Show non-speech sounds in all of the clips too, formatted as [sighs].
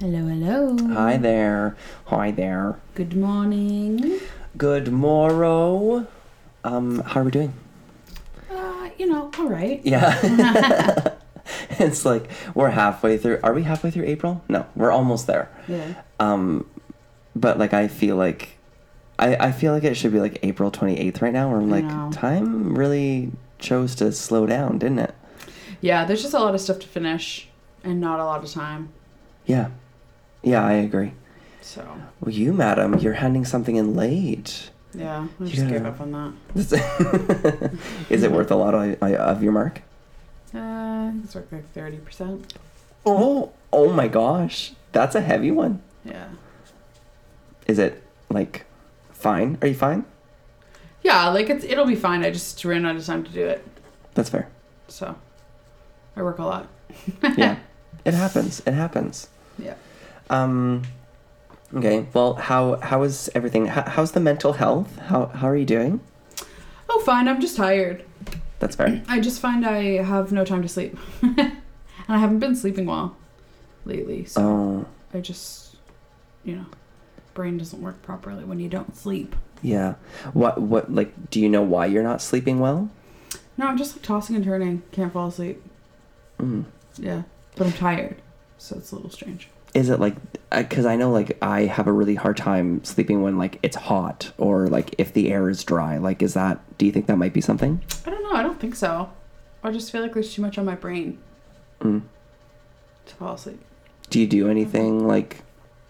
Hello, hello. Hi there. Hi there. Good morning. Good morrow. Um, how are we doing? Uh, you know, all right. Yeah. [laughs] it's like we're halfway through. Are we halfway through April? No, we're almost there. Yeah. Um, but like I feel like I, I feel like it should be like April 28th right now. Where I'm like, know. time really chose to slow down, didn't it? Yeah, there's just a lot of stuff to finish and not a lot of time. Yeah. Yeah, I agree. So, Well, you, madam, you're handing something in late. [laughs] yeah, I just Yeah. gave up on that. Is it worth a lot of, of your mark? Uh, it's like like 30%. Oh, oh my gosh. That's a heavy one. Yeah. Is it like fine? Are you fine? Yeah, like it's it'll be fine. I just ran out of time to do it. That's fair. So, I work a lot. Yeah. it happens. It happens. Yeah. Um okay. Well, how how is everything? How, how's the mental health? How how are you doing? Oh, fine. I'm just tired. That's [clears throat] fair. I just find I have no time to sleep. [laughs] and I haven't been sleeping well lately. So, Oh, I just, you know, brain doesn't work properly when you don't sleep. yeah. What what like do you know why you're not sleeping well? No, I'm just like tossing and turning. Can't fall asleep. Mm. Yeah. But I'm tired. So it's a little strange. Is it like because I know like I have a really hard time sleeping when like it's hot or like if the air is dry. Like, is that? Do you think that might be something? I don't know. I don't think so. I just feel like there's too much on my brain Mm. to fall asleep. Do you do anything like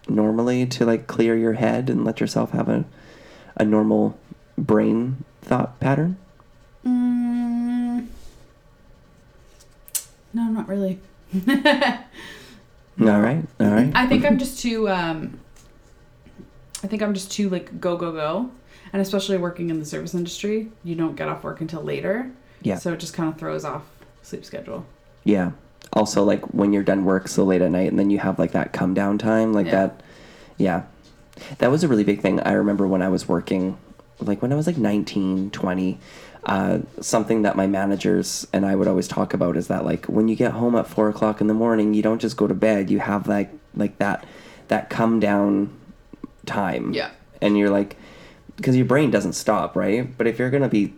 normally to like clear your head and let yourself have a a normal brain thought pattern? Mm. No, not really. [laughs] All right, all right. I think I'm just too. Um, I think I'm just too like go go go, and especially working in the service industry, you don't get off work until later. Yeah. So it just kind of throws off sleep schedule. Yeah. Also, like when you're done work so late at night, and then you have like that come down time, like Yeah. that. Yeah, that was a really big thing. I remember when I was working, like when I was like 19, 20, uh, something that my managers and I would always talk about is that like when you get home at four o'clock in the morning, you don't just go to bed. You have like like that that come down time. Yeah. and you're like, because your brain doesn't stop, right? But if you're gonna be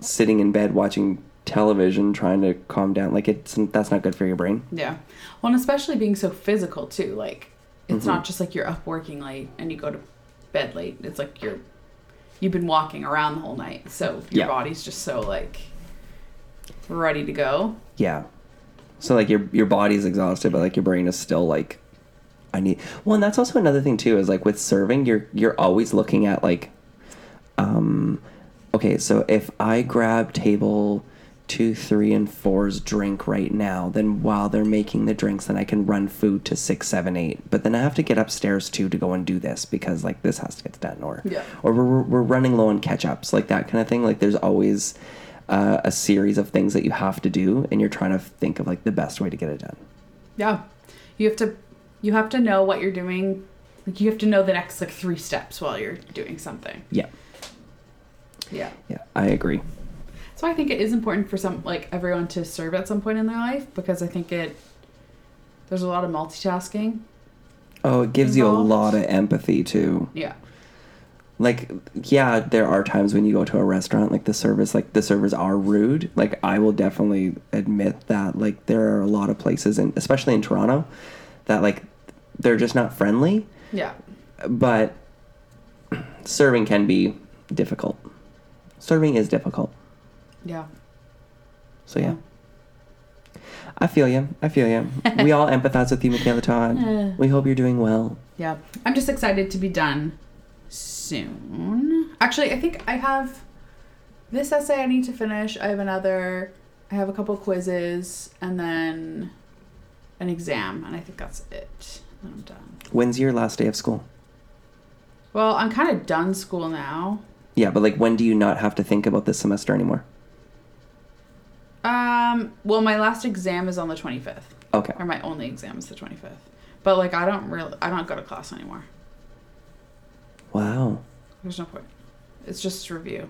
sitting in bed watching television trying to calm down like it's that's not good for your brain Yeah. Well, and especially being so physical too. Like it's not just like you're up working late and you go to bed late. It's like you're you've been walking around the whole night, so your Yeah. body's just so like ready to go. yeah so like your your body's exhausted but like your brain is still like i need well and that's also another thing too is like with serving you're you're always looking at like um okay so if i grab table two three and four's drink right now then while they're making the drinks then i can run food to six seven eight but then i have to get upstairs too to go and do this because like this has to get done or Yeah. or we're, we're- we're running low on catch ups like that kind of thing like there's always uh, a series of things that you have to do and you're trying to think of like the best way to get it done Yeah. You have to you have to know what you're doing. Like you have to know the next like three steps while you're doing something. yeah Yeah. yeah i agree So I think it is important for some like everyone to serve at some point in their life because I think it there's a lot of multitasking. oh it gives you a Involved. lot of empathy too Yeah. like yeah there are times when you go to a restaurant like the service like the servers are rude like i will definitely admit that like there are a lot of places and especially in toronto that like they're just not friendly Yeah. but serving can be difficult serving is difficult Yeah. so yeah i feel you i feel you we all empathize with you michaela todd Yeah. we hope you're doing well Yeah. I'm just excited to be done soon. Actually, I think I have this essay I need to finish. I have another, I have a couple quizzes, and then an exam, and I think that's it. Then I'm done. when's your last day of school Well, I'm kind of done school now. yeah but like when do you not have to think about this semester anymore Um, well, my last exam is on the 25th, okay or my only exam is the 25th. But like, I don't really, I don't go to class anymore. wow There's no point. It's just review.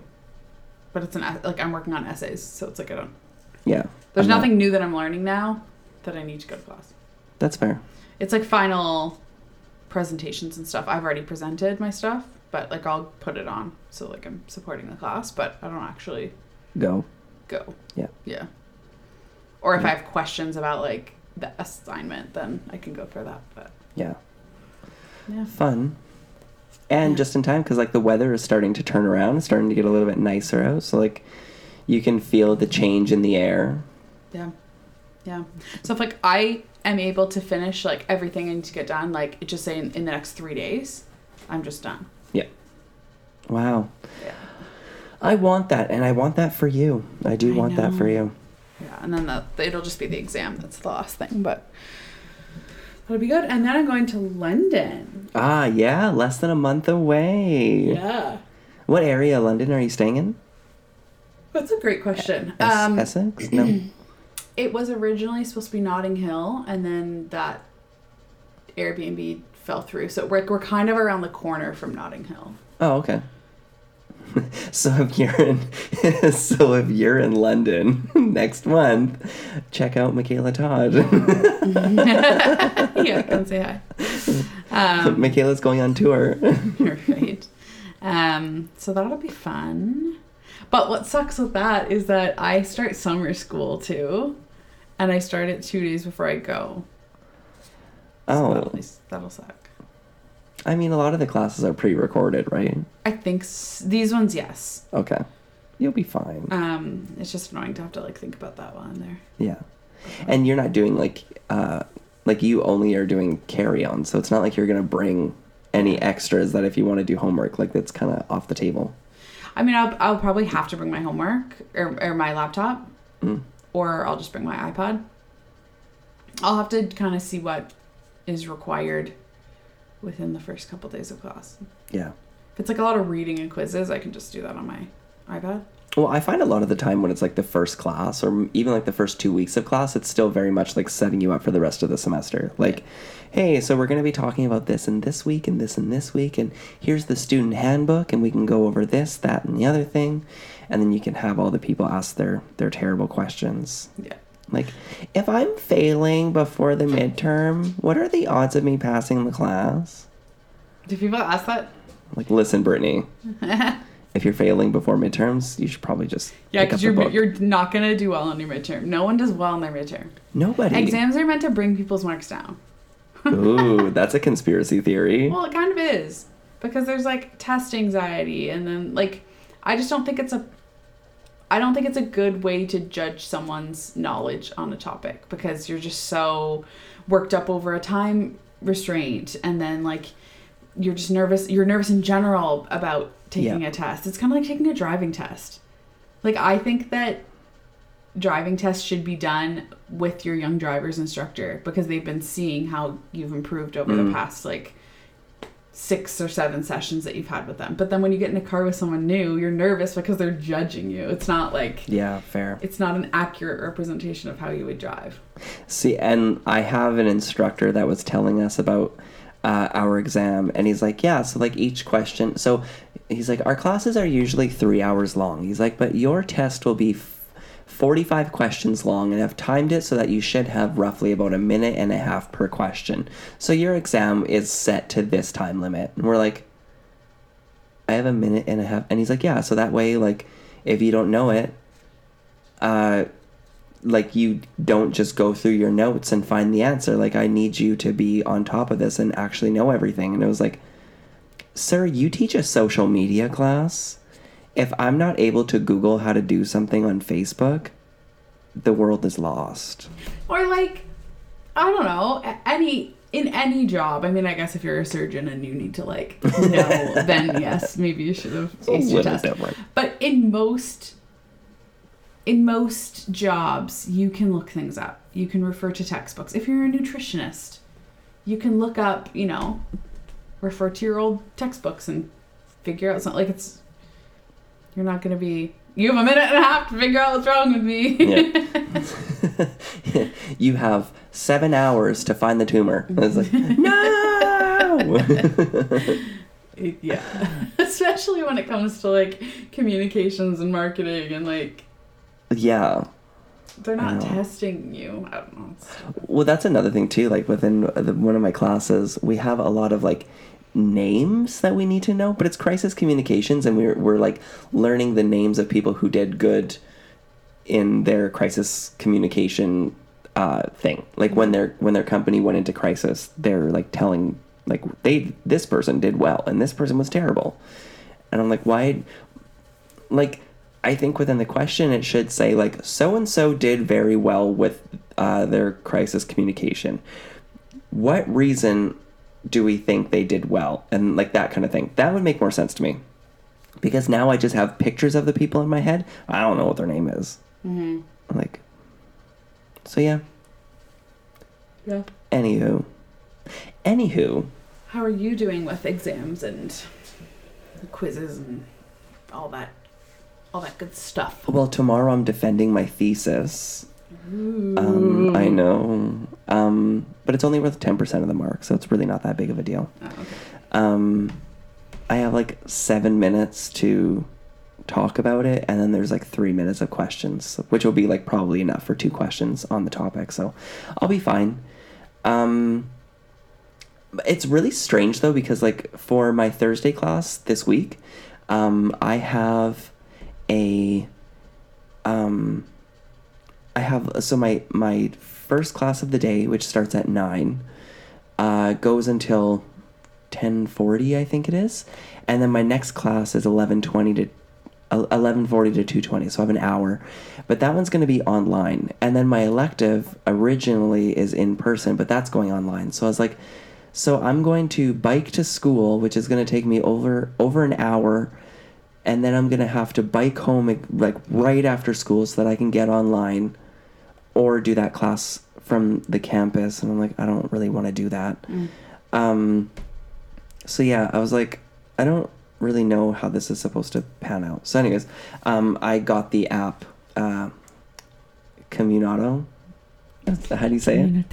But it's an e- like I'm working on essays, so it's like I don't yeah There's I'm not- nothing new that I'm learning now that I need to go to class. That's fair. It's like final presentations and stuff. I've already presented my stuff, but like I'll put it on. So like I'm supporting the class, but I don't actually Go. go. Yeah. Yeah. Or if I have questions about like the assignment, then I can go for that. But Yeah. yeah. Fun. And just in time because like the weather is starting to turn around. It's starting to get a little bit nicer out. So like you can feel the change in the air. Yeah. Yeah. So if like I am able to finish like everything I need to get done, like it just say in, in the next three days, I'm just done. Yeah. Wow. Yeah. I want that and I want that for you. I do I want that for know. you. Yeah. And then the, it'll just be the exam that's the last thing, but that'll be good. And then I'm going to London. Ah, yeah, less than a month away. Yeah. What area of London are you staying in? That's a great question. Es- um, [clears throat] Essex? No. it was originally supposed to be Notting Hill, and then that Airbnb fell through. So we're, we're kind of around the corner from Notting Hill. [laughs] Oh, okay. [laughs] so if you're in, [laughs] so if you're in London [laughs] next month, check out Michaela Todd. yeah, come say hi. [laughs] Um, Michaela's going on tour. Oh, [laughs] right. Um, so that'll be fun. But what sucks with that is that I start summer school too, and I start it two days before I go. So oh, that'll, be- that'll suck. I mean, a lot of the classes are pre-recorded, right? I think s- these ones, yes. Okay, you'll be fine. Um, it's just annoying to have to like think about that while I'm there. Yeah, and you're not doing like, uh, like you only are doing carry-on, so it's not like you're gonna bring any extras that if you want to do homework, like that's kind of off the table. I mean, I'll, I'll probably have to bring my homework or, or my laptop, Mm. or I'll just bring my iPod. I'll have to kind of see what is required within the first couple days of class. Yeah. If it's like a lot of reading and quizzes, I can just do that on my iPad. Well, I find a lot of the time when it's like the first class or even like the first two weeks of class, it's still very much like setting you up for the rest of the semester. Like, hey, so we're going to be talking about this and this week and this and this week, and here's the student handbook, and we can go over this, that, and the other thing. And then you can have all the people ask their, their terrible questions. Yeah. Like, if I'm failing before the midterm, what are the odds of me passing the class? Do people ask that? Like, [laughs] listen, Brittany, if you're failing before midterms, you should probably just. Yeah, pick up because the you're book. you're not gonna do well on your midterm. No one does well on their midterm. Nobody. Exams are meant to bring people's marks down. Ooh, that's a conspiracy theory. Well, it kind of is because there's like test anxiety, and then like I just don't think it's a I don't think it's a good way to judge someone's knowledge on a topic because you're just so worked up over a time restraint, and then like you're just nervous. You're nervous in general about taking Yeah. a test. It's kind of like taking a driving test. Like I think that driving tests should be done with your young driver's instructor because they've been seeing how you've improved over the past like six or seven sessions that you've had with them. But then when you get in a car with someone new, you're nervous because they're judging you. It's not like yeah, fair. it's not an accurate representation of how you would drive. See, and I have an instructor that was telling us about uh, our exam, and he's like, yeah, so like each question. So he's like, our classes are usually three hours long. He's like, but your test will be f- 45 questions long, and I've timed it so that you should have roughly about a minute and a half per question. So your exam is set to this time limit. And we're like, I have a minute and a half. And he's like, yeah, so that way, like, if you don't know it, uh, like you don't just go through your notes and find the answer. Like, I need you to be on top of this and actually know everything. And it was like, sir, you teach a social media class. If I'm not able to Google how to do something on Facebook, the world is lost. Or like I don't know, a- any in any job. I mean, I guess if you're a surgeon and you need to [laughs] like know, then yes, maybe you should have A used your little test. different. [laughs] But in most in most jobs, you can look things up. You can refer to textbooks. If you're a nutritionist, you can look up, you know, refer to your old textbooks and figure out something. Like it's you're not going to be you have a minute and a half to figure out what's wrong with me. [laughs] Yeah. you have seven hours to find the tumor. And it's like, no! yeah especially when it comes to like communications and marketing and like [laughs] yeah. They're I not know. testing you. I don't know. It's- Well, that's another thing too. Like within the, one of my classes, we have a lot of like names that we need to know, but it's crisis communications, and we're we're like learning the names of people who did good in their crisis communication uh, thing. Like when their when their company went into crisis, they're like telling like they this person did well and this person was terrible, and I'm like why like I think within the question it should say like so and so did very well with uh, their crisis communication. What reason do we think they did well and like that kind of thing? That would make more sense to me because now I just have pictures of the people in my head. I don't know what their name is. Mm-hmm. Like, so yeah. Yeah. Anywho, anywho, How are you doing with exams and quizzes and all that, all that good stuff? well tomorrow I'm defending my thesis. Um, I know, um, but it's only worth ten percent of the mark, so it's really not that big of a deal. Oh, okay. um i have like seven minutes to talk about it and then there's like three minutes of questions which will be like probably enough for two questions on the topic so i'll be fine um it's really strange though because like for my thursday class this week um i have a um i have so my my first class of the day which starts at nine uh goes until 1040 i think it is and then my next class is 1120 to 1140 to 220 so i have an hour but that one's going to be online and then my elective originally is in person but that's going online so i was like so i'm going to bike to school which is going to take me over over an hour and then i'm going to have to bike home like right after school so that i can get online or do that class from the campus and i'm like i don't really want to do that um so yeah, I was like, I don't really know how this is supposed to pan out. So, anyways, um, I got the app, uh, Caminato. That's- How do you say it?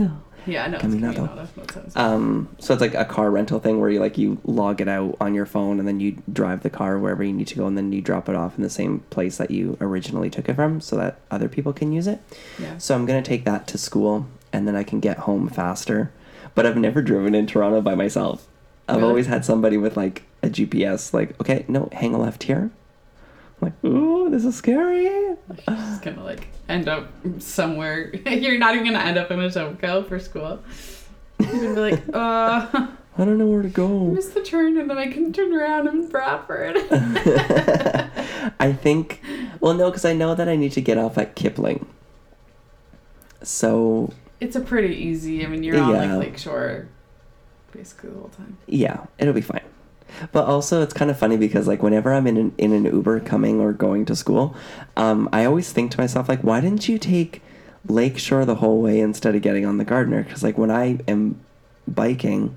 Yeah, I know. it's Caminato. Caminato. That sounds- Um, so it's like a car rental thing where you like you log it out on your phone and then you drive the car wherever you need to go and then you drop it off in the same place that you originally took it from so that other people can use it. yeah. [laughs] So I'm gonna take that to school, and then I can get home faster. But I've never driven in Toronto by myself. I've Really? always had somebody with like a GPS, like, okay, no, hang a left here. I'm like, ooh, this is scary. She's gonna like end up somewhere. [laughs] You're not even gonna end up in Etobicoke for school. You're gonna be [laughs] like, uh, I don't know where to I go. [laughs] missed the turn and then I couldn't turn around in Bradford. I think, well, no, because I know that I need to get off at Kipling. So it's a pretty easy. I mean, you're on Yeah. like Lakeshore basically the whole time. Yeah, it'll be fine. But also, it's kind of funny because like whenever I'm in an, in an Uber coming or going to school, um, I always think to myself like, why didn't you take Lakeshore the whole way instead of getting on the Gardner? Because like when I am biking,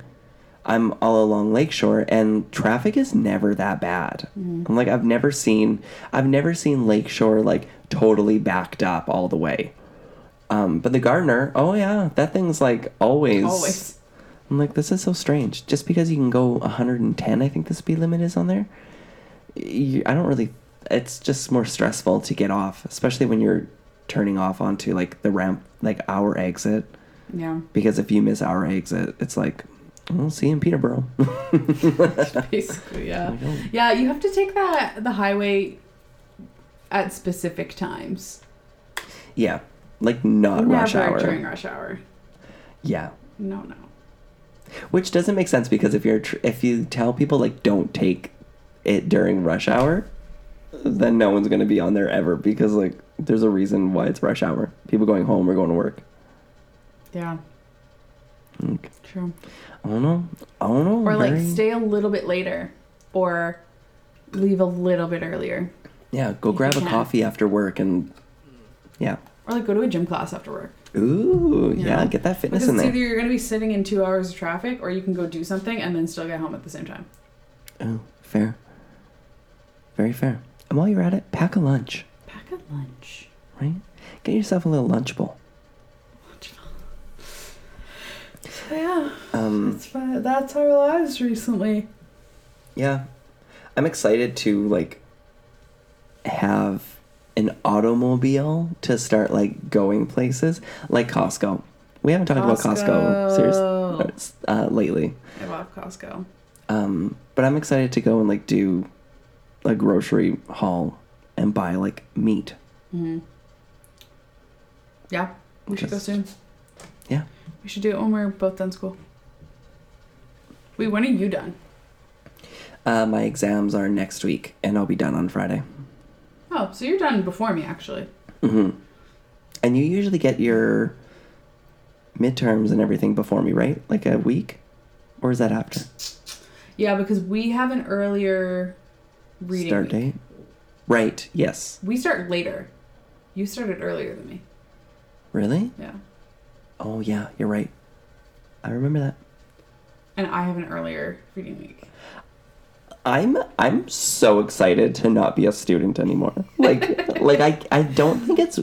I'm all along Lakeshore and traffic is never that bad. I'm like I've never seen I've never seen Lakeshore like totally backed up all the way. Um, but the Gardner, oh yeah, that thing's like Always. I'm like, this is so strange. Just because you can go 110, I think the speed limit is on there. You, I don't really. It's just more stressful to get off, especially when you're turning off onto like the ramp, like our exit. [laughs] Yeah. [laughs] Because if you miss our exit, it's like, we'll see you in Peterborough. [laughs] Basically, yeah. know. Yeah, you have to take that the highway at specific times. yeah, like not Uh, rush Never hour. during rush hour. Yeah, No, no. which doesn't make sense because if you're tr- if you tell people like don't take it during rush hour then no one's going to be on there ever because like there's a reason why it's rush hour people going home or going to work Yeah, like, true. i don't know i don't know Or like Mm. Hmm, very- stay a little bit later or leave a little bit earlier. yeah go you grab a can. coffee after work and yeah Or like go to a gym class after work. ooh You yeah, know? get that fitness Because in it's there either you're gonna be sitting in two hours of traffic or you can go do something and then still get home at the same time. oh fair very fair and while you're at it pack a lunch Pack a lunch. right get yourself a little lunchable Lunch. So yeah, um that's fun. that's our lives recently. Yeah. I'm excited to like have an automobile to start like going places like Costco. We haven't talked about Costco Costco. seriously uh, lately. I love Costco. Um, but I'm excited to go and like do a grocery haul and buy like meat. Yeah, we should go Just- soon. Yeah. We should do it when we're both done school. Wait, when are you done? Uh, my exams are next week and I'll be done on Friday. Oh, so you're done before me, actually. Mm-hmm. And you usually get your midterms and everything before me, right? Like a week? Or is that after? Yeah, because we have an earlier reading. Start week. date? Right, yes. We start later. You started earlier than me. Really? Yeah. Oh, yeah, you're right. I remember that. And I have an earlier reading week. I'm I'm so excited to not be a student anymore. Like like I I don't think it's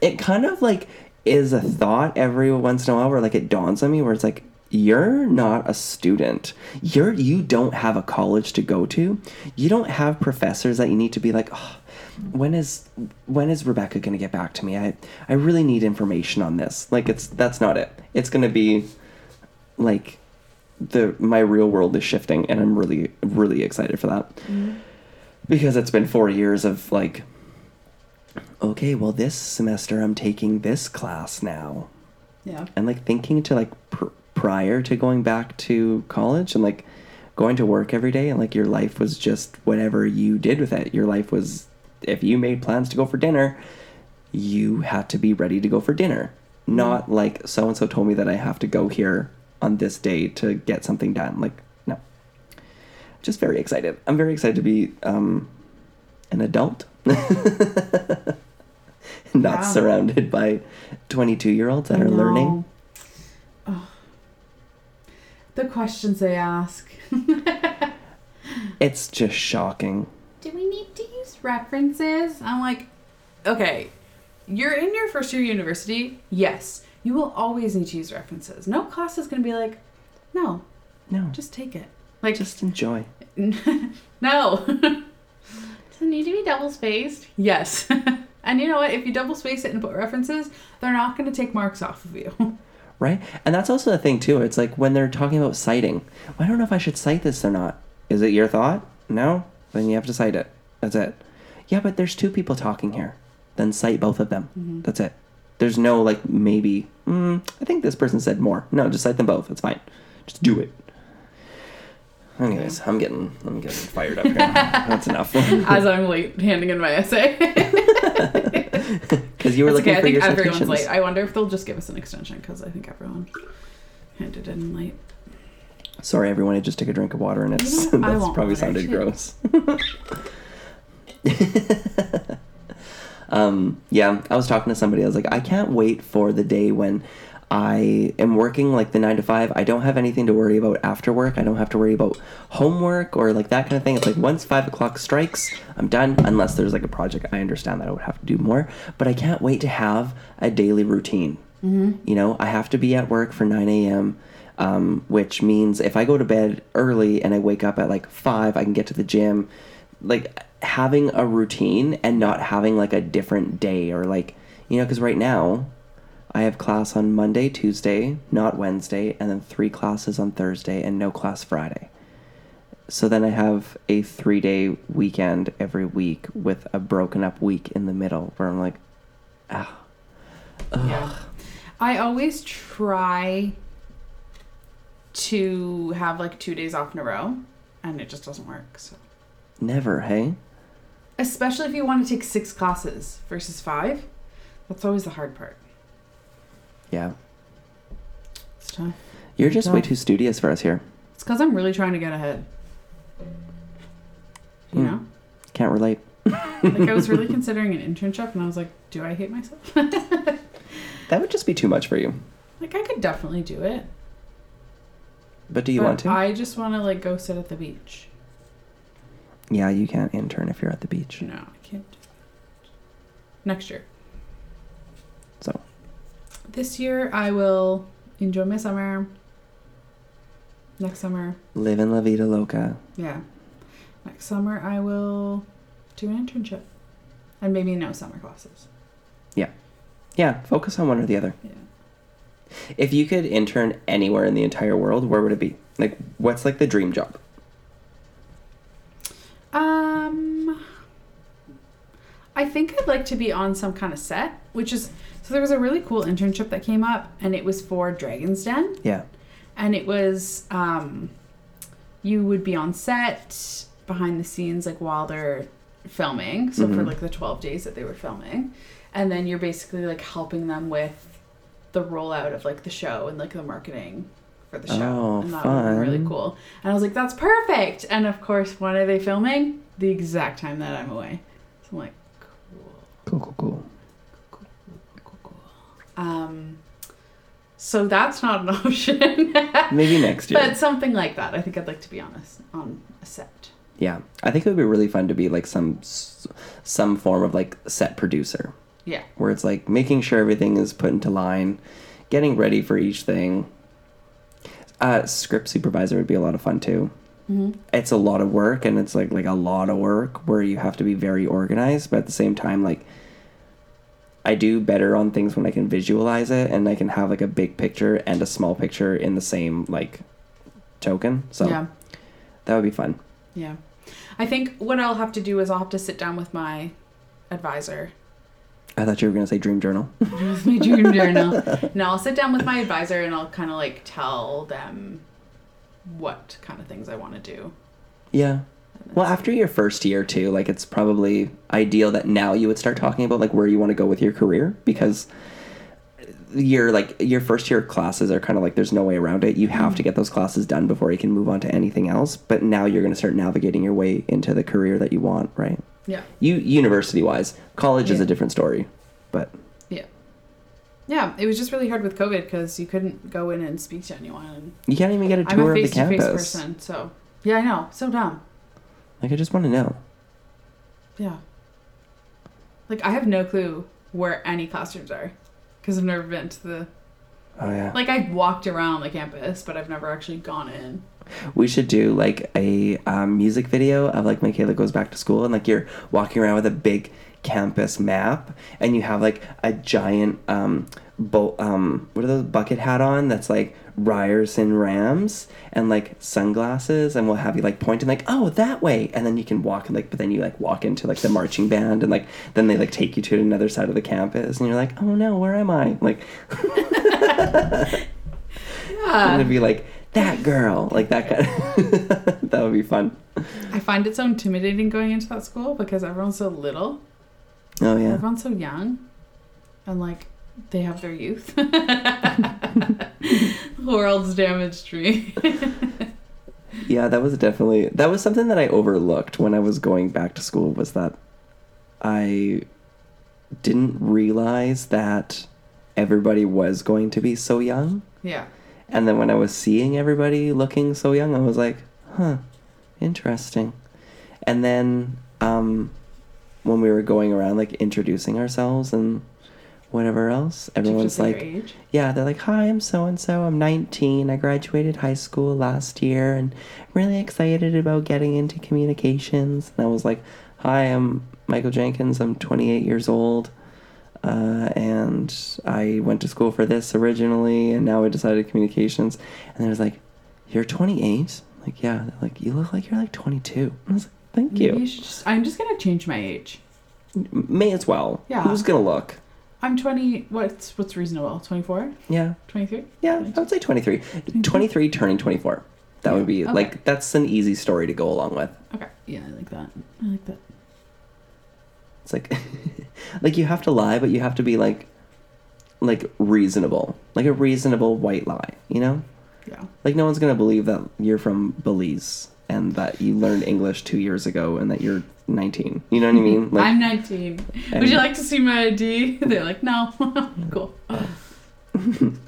it kind of like is a thought every once in a while where like it dawns on me where it's like you're not a student. You're you don't have a college to go to. You don't have professors that you need to be like oh, when is when is Rebecca going to get back to me? I I really need information on this. Like it's that's not it. It's going to be like the my real world is shifting and I'm really really excited for that. Because it's been 4 years of like okay, well this semester I'm taking this class now. Yeah. And like thinking to like pr- prior to going back to college and like going to work every day and like your life was just whatever you did with it. Your life was if you made plans to go for dinner, you had to be ready to go for dinner. Not like so and so told me that I have to go here on this day to get something done. Like, no. Just very excited. I'm very excited to be um, an adult. [laughs] Not Wow. surrounded by 22 year olds that I are learning. know. Ugh. The questions they ask. [laughs] It's just shocking. Do we need to use references? I'm like, okay, you're in your first year of university. Yes, you will always need to use references. No class is going to be like, no, No, just, just take it. Like, just enjoy. [laughs] no. Does it need to be double spaced? yes. [laughs] and you know what? If you double space it and put references, they're not going to take marks off of you. [laughs] Right? And that's also the thing, too. It's like when they're talking about citing, I don't know if I should cite this or not. Is it your thought? No? Then you have to cite it. That's it. Yeah, but there's two people talking here. Then cite both of them. Mm-hmm. That's it. There's no, like, maybe, mm, I think this person said more. No, just cite them both. It's fine. Just do it. Anyways, I'm getting I'm getting fired [laughs] up here. That's enough. As [laughs] I'm late handing in my essay. Because you were [laughs] It's looking okay. I for think your everyone's citations. late. I wonder if they'll just give us an extension because I think everyone handed in late. Sorry, everyone. I just took a drink of water, and it's You know, I [laughs] that's want probably water, sounded too. [laughs] gross. um, yeah, I was talking to somebody. I was like, I can't wait for the day when I am working like the nine to five. I don't have anything to worry about after work. I don't have to worry about homework or like that kind of thing. It's like once five o'clock strikes, I'm done. Unless there's like a project, I understand that I would have to do more. But I can't wait to have a daily routine. Mm-hmm. You know, I have to be at work for nine a.m um, which means if I go to bed early and I wake up at like five, I can get to the gym. Like having a routine and not having like a different day or like, you know, because right now I have class on Monday, Tuesday, not Wednesday, and then three classes on Thursday and no class Friday. So then I have a three day weekend every week with a broken up week in the middle where I'm like, ah, Yeah. I always try to have like two days off in a row, and it just doesn't work. So, never, hey? especially if you want to take six classes versus five, that's always the hard part. Yeah. It's tough. You're just Yeah. way too studious for us here. It's because I'm really trying to get ahead. You Mm. know, Can't relate. like I was really considering an internship, and I was like, do I hate myself? That would just be too much for you. Like I could definitely do it. But do you but want to? I just want to like go sit at the beach. yeah, you can't intern if you're at the beach. No, I can't. do that. Next year. So. This year I will enjoy my summer. Next summer, Live in La Vida Loca. yeah. Next summer I will do an internship. and maybe no summer classes. Yeah, focus on one or the other. Yeah. If you could intern anywhere in the entire world, where would it be? Like, what's like the dream job? Um, I think I'd like to be on some kind of set, which is so. There was a really cool internship that came up, and it was for Dragon's Den, Yeah. and it was um, you would be on set behind the scenes, like while they're filming. So for Mhm. like the twelve days that they were filming, and then you're basically like helping them with the rollout of like the show and like the marketing for the show, Oh, and that was really fun. cool. And I was like, that's perfect. And of course, when are they filming? The exact time that I'm away. So I'm like, cool. Cool, cool, cool. Um, so that's not an [laughs] option. Maybe next year. But something like that. I think I'd like to be honest on a set. yeah, I think it would be really fun to be like some s- some form of like set producer, Yeah. where it's like making sure everything is put into line, getting ready for each thing. Uh, script supervisor would be a lot of fun too. Mm-hmm. it's a lot of work and it's like like a lot of work where you have to be very organized but at the same time like i do better on things when i can visualize it and i can have like a big picture and a small picture in the same like token so Yeah. that would be fun Yeah. I think what I'll have to do is I'll have to sit down with my advisor. i thought you were going to say dream journal with [laughs] my dream journal. No, I'll sit down with my advisor and I'll kind of like tell them what kind of things I want to do. yeah well after your first year too like it's probably ideal that now you would start talking about like where you want to go with your career because your like your first year classes are kind of like there's no way around it you have Mm. to get those classes done before you can move on to anything else but now you're going to start navigating your way into the career that you want right Yeah. you university wise college is Yeah. a different story but Yeah. Yeah, it was just really hard with COVID because you couldn't go in and speak to anyone. And you can't even get a I'm tour a of face the to face campus person, so yeah, I know, so dumb. like i just want to know Yeah, like I have no clue where any classrooms are because I've never been to the oh yeah like I walked around the campus, but I've never actually gone in. We should do like a um, music video of like Michaela goes back to school and like you're walking around with a big campus map and you have like a giant um, bo- um what are those bucket hat on that's like Ryerson Rams and like sunglasses and we'll have you like pointing like oh that way and then you can walk and like but then you like walk into like the marching band and like then they like take you to another side of the campus and you're like oh no where am I like I'm gonna Yeah, be like that girl like that kind of, [laughs] that would be fun. I find it so intimidating going into that school because everyone's so little, Oh yeah. everyone's so young, and like they have their [laughs] youth. World's damaged tree. Yeah, that was definitely that was something that I overlooked when I was going back to school was that I didn't realize that everybody was going to be so young. yeah. And then when I was seeing everybody looking so young, I was like, "Huh, interesting." And then um when we were going around like introducing ourselves and whatever else, everyone's Just at like, their age. yeah, they're like, hi, I'm so and so. I'm 19. I graduated high school last year and I'm really excited about getting into communications. And I was like, hi, I'm Michael Jenkins. I'm 28 years old. Uh, and I went to school for this originally and now I decided communications. And I was like, you're 28? Like, yeah. They're like, you look like you're like 22. And I was like, thank Maybe you. should just, I'm just gonna change my age. M- May as well. Yeah. Who's going to look? I'm 20. What's what's reasonable? 24, Yeah. 23. Yeah, I would say 23. 23 turning 24. That would be Mm-hmm. Okay. like that's an easy story to go along with. Okay. Yeah, I like that. I like that. It's like [laughs] like you have to lie, but you have to be like like reasonable. Like a reasonable white lie, you know? Yeah. Like no one's going to believe that you're from Belize and that you learned English 2 years ago and that you're 19. You know what I mean? Mm-hmm. Like I'm 19. Would and- you like to see my ID? [laughs] They're like, no. cool. Uh,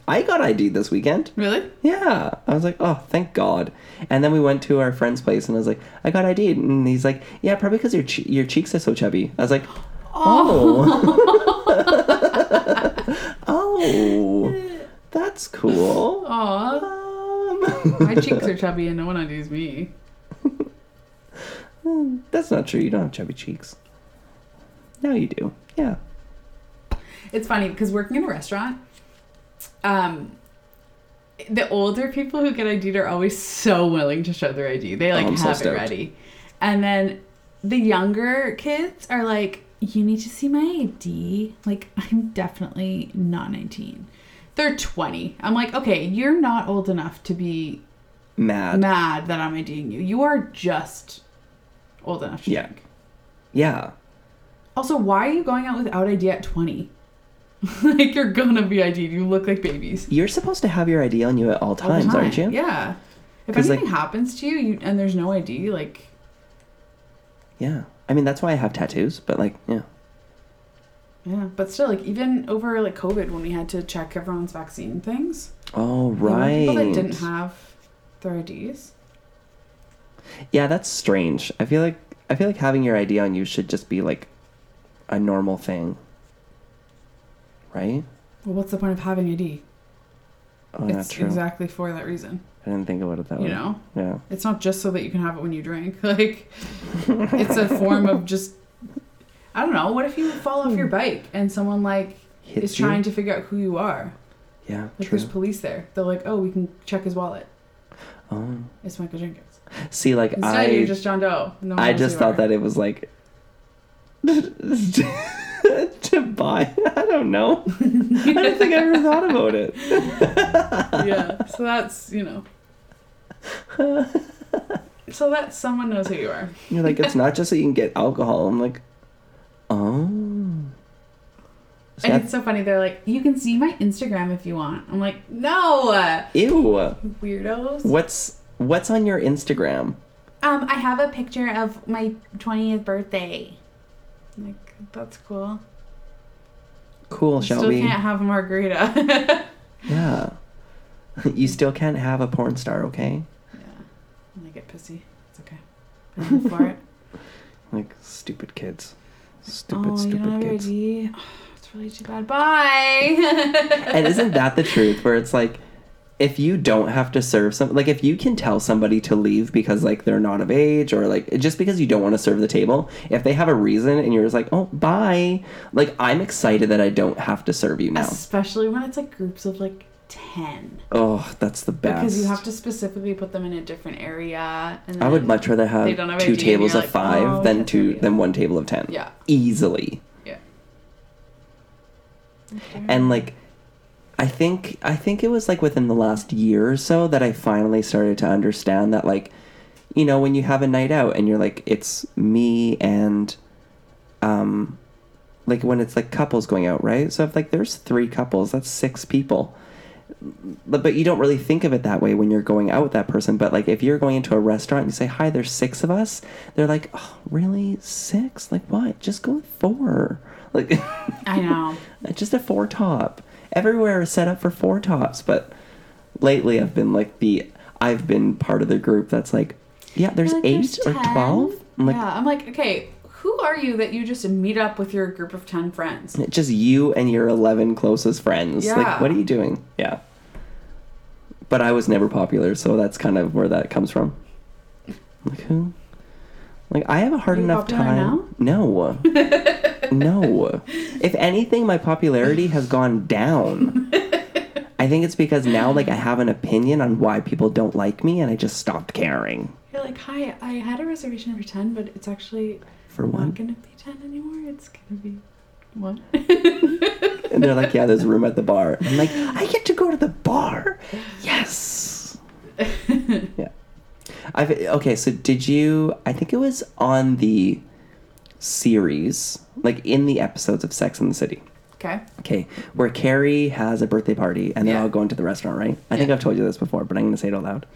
I got ID'd this weekend. Really? Yeah. I was like, oh, thank God. And then we went to our friend's place and I was like, I got ID'd. And he's like, yeah, probably because your, che- your cheeks are so chubby. I was like, oh. [laughs] oh. That's cool. Aw. Um, [laughs] My cheeks are chubby and no one IDs me. that's not true. You don't have chubby cheeks. Now you do. Yeah. It's funny because working in a restaurant, um, the older people who get ID'd are always so willing to show their ID. They like Oh, I'm have so it stoked. ready, and then the younger kids are like, "You need to see my ID." Like [laughs] I'm definitely not 19. They're 20. I'm like, okay, you're not old enough to be Mad. mad that I'm IDing you. You are just old enough to Yeah. drink. Yeah. Also, why are you going out without ID at 20? [laughs] like, you're gonna be ID'd. You look like babies. You're supposed to have your ID on you at all all the times, aren't you? time. Yeah. If 'Cause, anything like- happens to you, you and there's no ID, like, Yeah. I mean, that's why I have tattoos, but like, yeah. yeah. But still, like, even over, like, COVID, when we had to check everyone's vaccine things, Oh, the amount of right. people that didn't have their IDs. yeah, that's strange. I feel like I feel like having your ID on you should just be like a normal thing. Right? Well, what's the point of having ID? Oh, it's not true. exactly for that reason, I didn't think about it that you way. know? Yeah. It's not just so that you can have it when you drink. [laughs] Like, it's a form [laughs] of just, I don't know. What if you fall off your bike and someone like Hits is you? trying to figure out who you are? Yeah, Like, true. there's police there. They're like, oh, we can check his wallet. Oh. It's Michael Jenkins. See, like Instead, I you're just John Doe. No one I knows just who you thought are. that it was like [laughs] to buy. [laughs] I don't know. [laughs] I don't think I ever thought about it. yeah. So that's you know. [laughs] so that someone knows who you are. You're like, it's not just that you can get alcohol. I'm like, oh. So And that- it's so funny. They're like, you can see my Instagram if you want. I'm like, no, ew. weirdos. What's what's on your Instagram? Um, I have a picture of my 20th birthday. Like, that's cool. Cool, shall Still we? can't have a margarita. [laughs] yeah. Yeah. [laughs] You still can't have a porn star, okay? And I get pissy. It's [laughs] okay. I'm for it. Like stupid kids. Stupid, oh, you stupid don't have your [laughs] kids. ID. Oh, [sighs] it's really too bad. Bye. and isn't that the truth where it's like if you don't have to serve some like if you can tell somebody to leave because like they're not of age or like just because you don't want to serve the table if they have a reason and you're just like oh bye like i'm excited that i don't have to serve you now Especially when it's like groups of like 10. oh that's the best Because you have to specifically put them in a different area. And i would then- much rather have They don't have two ID, tables you're of like, five "Oh, than yes, two yes." than one table of ten Yeah. easily Yeah. Mm-hmm. and like i think i think it was like within the last year or so that i finally started to understand that like you know when you have a night out and you're like it's me and um like when it's like couples going out right so if like there's three couples that's six people but, but you don't really think of it that way when you're going out with that person but like if you're going into a restaurant and you say hi there's six of us they're like oh really six like what just go with four like [laughs] I know. uh, just a four top. Everywhere is set up for four tops, but lately I've been like the I've been part of the group that's like, yeah, there's Like, eight or 10. twelve. I'm like, yeah, I'm like, okay, who are you that you just meet up with your group of 10 friends? it's just you and your eleven closest friends. Like, Yeah. what are you doing? Yeah. But I was never popular, so that's kind of where that comes from. Like who? Like I have a hard Are you enough popular time. [laughs] No. no. If anything, my popularity has [laughs] gone down. I think it's because now, like, I have an opinion on why people don't like me, and I just stopped caring. You're like, hi, I had a reservation for 10, but it's actually For not one, going to be 10 anymore. It's going to be [laughs] one. and they're like, "Yeah, there's a room at the bar." I'm like, "I get to go to the bar, yes." yeah, I've okay. So did you? I think it was on the series, like in the episodes of Sex in the City. okay. Okay, where Carrie has a birthday party and they're Yeah. all going to the restaurant, right? I think Yeah. I've told you this before, but I'm going to say it out loud.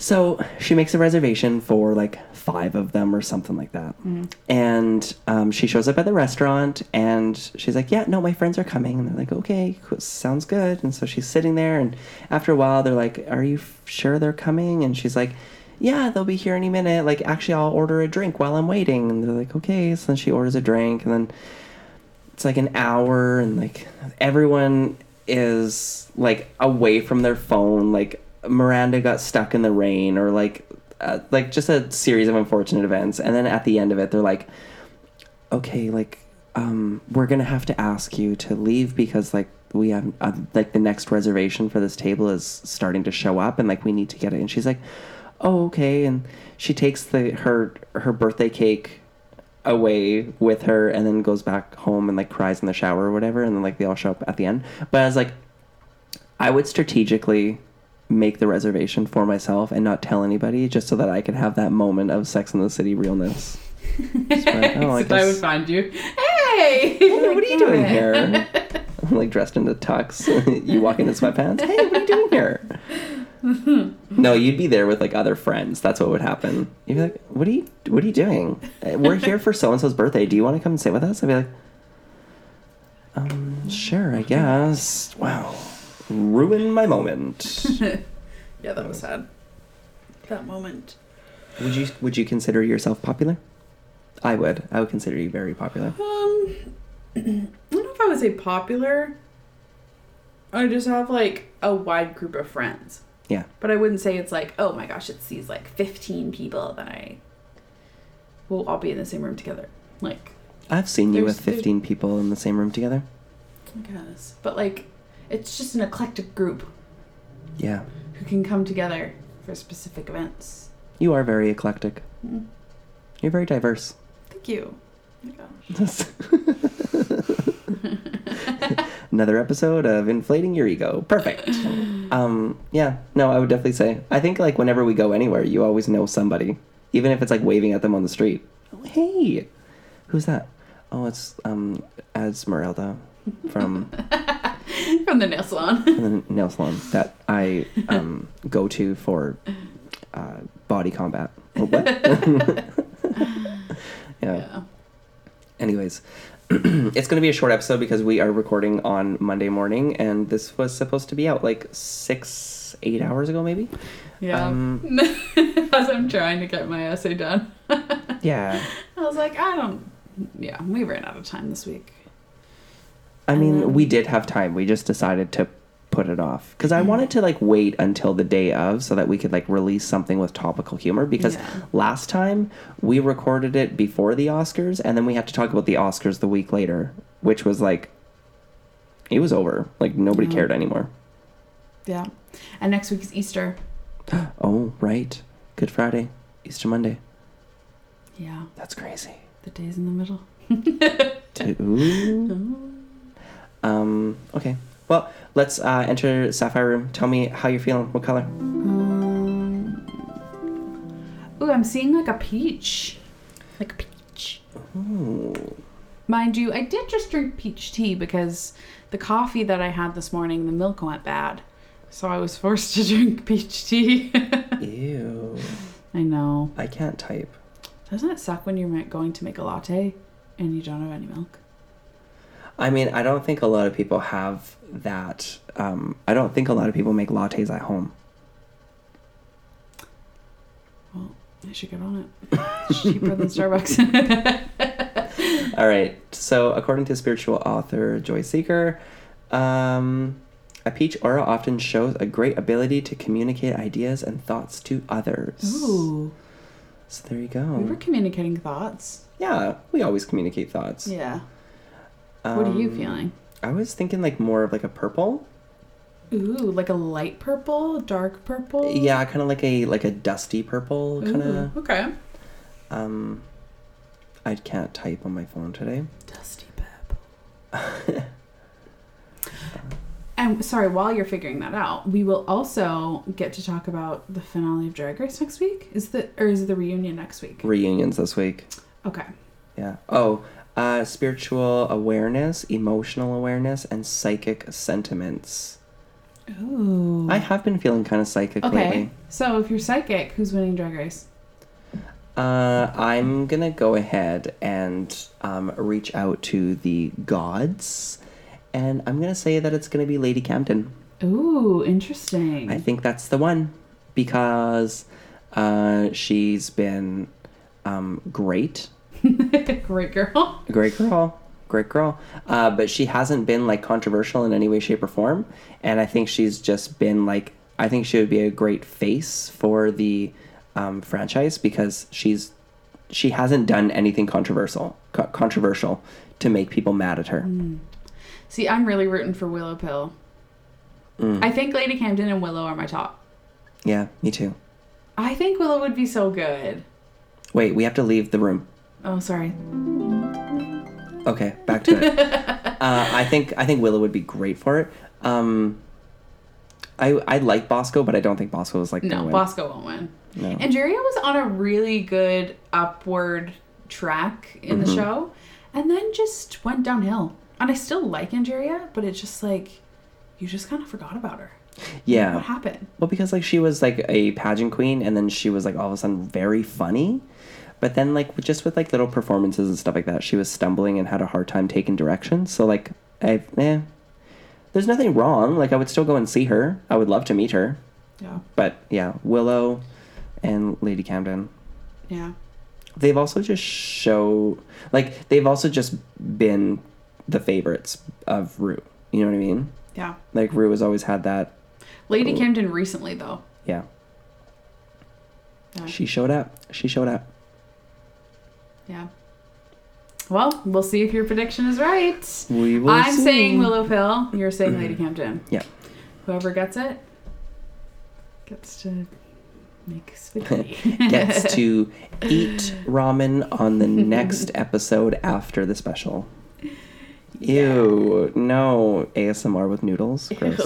So she makes a reservation for like five of them or something like that. Mm-hmm. And um, she shows up at the restaurant and she's like, Yeah, no, my friends are coming. And they're like, Okay, cool, sounds good. And so she's sitting there. And after a while, they're like, Are you f- sure they're coming? And she's like, Yeah, they'll be here any minute. Like, actually, I'll order a drink while I'm waiting. And they're like, Okay. So then she orders a drink and then it's like an hour and like everyone is like away from their phone like miranda got stuck in the rain or like uh, like just a series of unfortunate events and then at the end of it they're like okay, like, um, we're gonna have to ask you to leave because, like, we have uh, like the next reservation for this table is starting to show up, and like we need to get it. And she's like, oh, okay. And she takes the her her birthday cake away with her, and then goes back home and like cries in the shower or whatever. And then like they all show up at the end. But I was like, I would strategically make the reservation for myself and not tell anybody just so that I could have that moment of Sex in the City realness. Just like, [laughs] oh, I Except I, would guess. find you. Hey! "Hey, what are you doing here? [laughs] I'm like dressed into tux. [laughs] you walk into sweatpants. Hey, what are you doing here? [laughs] no, you'd be there with like other friends. That's what would happen. You'd be like, "What are you? What are you doing? Uh, We're here for so and so's birthday. Do you want to come and sit with us?" I'd be like, "Um, sure, I guess." Wow, ruin my [laughs] moment. Yeah, that was sad. That moment. Would you would you consider yourself popular? I would. I would consider you very popular. Um, [clears throat] I don't know if I would say popular. I just have like a wide group of friends. Yeah. But I wouldn't say it's like, oh my gosh, it's these like 15 people that I will all be in the same room together. Like, I've seen you There's- with 15 people in the same room together. I guess. But like, it's just an eclectic group Yeah. who can come together for specific events. You are very eclectic. Mm. You're very diverse. [laughs] Thank you. Oh my gosh. Another episode of inflating your ego. Perfect. um yeah, no, I would definitely say. I think like whenever we go anywhere, you always know somebody, even if it's like waving at them on the street. Oh, hey. Who's that? Oh, it's um Esmeralda from From the nail salon. the nail salon that I um, go to for uh, body combat. Oh, what? [laughs] yeah. yeah. Anyways, [clears throat] it's going to be a short episode because we are recording on Monday morning, and this was supposed to be out like six, eight hours ago, maybe. [laughs] Yeah. [laughs] Um, As I'm trying to get my essay done. Yeah. I was like, I don't. Yeah, we ran out of time this week. I mean, Um, we did have time. We just decided to put it off because I wanted to like wait until the day of so that we could like release something with topical humor. Because Yeah. last time we recorded it before the Oscars, and then we had to talk about the Oscars the week later, which was like it was over. Like nobody Yeah. cared anymore. Yeah. And next week is Easter. Oh right, Good Friday, Easter Monday. Yeah, That's crazy. the day's in the middle. T- Ooh. Um. Okay. Well, let's uh, enter Sapphire Room. Tell me how you're feeling. What color? Um, ooh, I'm seeing like a peach. Like a peach. Ooh. Mind you, I did just drink peach tea because the coffee that I had this morning, the milk went bad. So I was forced [laughs] to drink peach tea. [laughs] Ew. I know. I can't type. Doesn't it suck when you're ma- going to make a latte and you don't have any milk? I mean, I don't think a lot of people have that. Um, I don't think a lot of people make lattes at home. Well, I should get on it. It's cheaper [laughs] than Starbucks. [laughs] All right. So, according to spiritual author Joy Seeker, um, a peach aura often shows a great ability to communicate ideas and thoughts to others. Ooh. So there you go. We were communicating thoughts. Yeah, we always communicate thoughts. Yeah. what are you Um, feeling? I was thinking like more of like a purple. Ooh, like a light purple, dark purple. Yeah, kind of like a like a dusty purple kind of. Ooh, okay. Um, I can't type on my phone today. Dusty purple. [laughs] and sorry, while you're figuring that out, we will also get to talk about the finale of Drag Race next week. Is the or is it the reunion next week? Reunions this week. Okay. Yeah. Oh, uh, spiritual awareness, emotional awareness, and psychic sentiments. Ooh. I have been feeling kind of psychic okay. lately. So if you're psychic, who's winning Drag Race? Uh, I'm gonna go ahead and um, reach out to the gods, and I'm gonna say that it's gonna be Lady Camden. Ooh, interesting. I think that's the one because uh, she's been um, great [laughs] Great girl. Great girl. Great girl. Uh, but she hasn't been like controversial in any way, shape, or form. And I think she's just been like, I think she would be a great face for the um, franchise because she's she hasn't done anything controversial. co- controversial to make people mad at her. See, I'm really rooting for Willow Pill. Mm. I think Lady Camden and Willow are my top. Yeah, me too. I think Willow would be so good. Wait, we have to leave the room. Oh, sorry. Okay, back to it. uh, I think I think Willow would be great for it. Um, I I like Bosco, but I don't think Bosco is like No, gonna win. Bosco won't win. No. And Jiria was on a really good upward track in Mm-hmm. the show and then just went downhill. And I still like Angeria, but it's just like you just kind of forgot about her. What Yeah. happened? Well, because like she was like a pageant queen, and then she was like all of a sudden very funny, but then like with- just with like little performances and stuff like that, she was stumbling and had a hard time taking direction. So like, I eh, there's nothing wrong. Like I would still go and see her. I would love to meet her. Yeah. But yeah, Willow and Lady Camden. Yeah. They've also just show like they've also just been the favorites of Rue. You know what I mean? Yeah. Like Rue has always had that. Lady Camden recently though. Yeah. Yeah. She showed up. She showed up. Yeah. Well, we'll see if your prediction is right. We will I'm see. saying Willow Pill, you're saying [clears throat] Lady Camden. [laughs] Yeah. Whoever gets it gets to make spaghetti. [laughs] gets to eat ramen on [laughs] the next episode after the special. Ew, no ASMR with noodles. [laughs] Gross.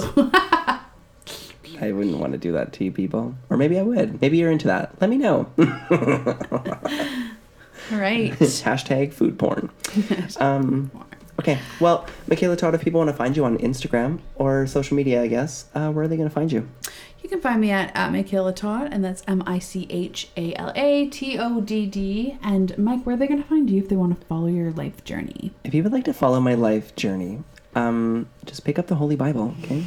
I wouldn't want to do that to you people. Or maybe I would. Maybe you're into that. Let me [laughs] All know. [laughs] [laughs] right. Hashtag food porn. Um, okay, well, Michaela Todd, if people want to find you on Instagram or social media, I guess, uh, where are they going to find you? You can find me at, at Michaela Todd, and that's M I C H A L A T O D D. And Mike, where are they going to find you if they want to follow your life journey? If you would like to follow my life journey, um, just pick up the Holy Bible, [laughs] okay?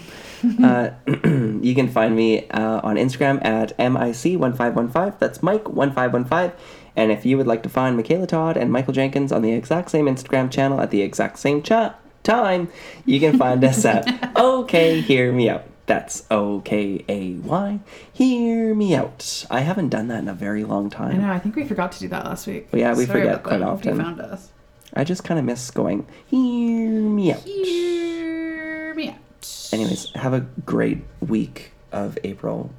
uh, [clears throat] you can find me uh, on Instagram at MIC1515. That's Mike1515. And if you would like to find Michaela Todd and Michael Jenkins on the exact same Instagram channel at the exact same cha- time, you can find [laughs] us at OK Hear Me Out. That's O K A Y. Hear me out. I haven't done that in a very long I time. know, I think we forgot to do that last week. Yeah, we Sorry forget about quite that. often. You found us. I just kind of miss going, Hear me out. Hear me out. Anyways, have a great week of April.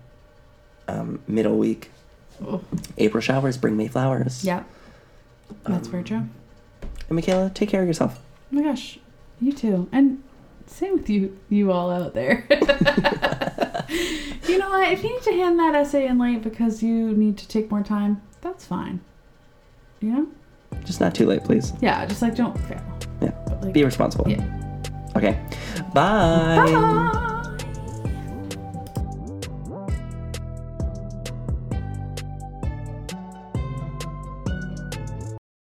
Um, middle week. Oh, April showers bring May flowers. yeah. That's very true. And Michaela, take care of yourself. Oh my gosh, you too, and same with you, you all out there. you know what? If you need to hand that essay in late because you need to take more time, that's fine. You know? Just not too late, please. Yeah, just like don't fail. Yeah. But like, Be responsible. Yeah. Okay. Bye. Bye.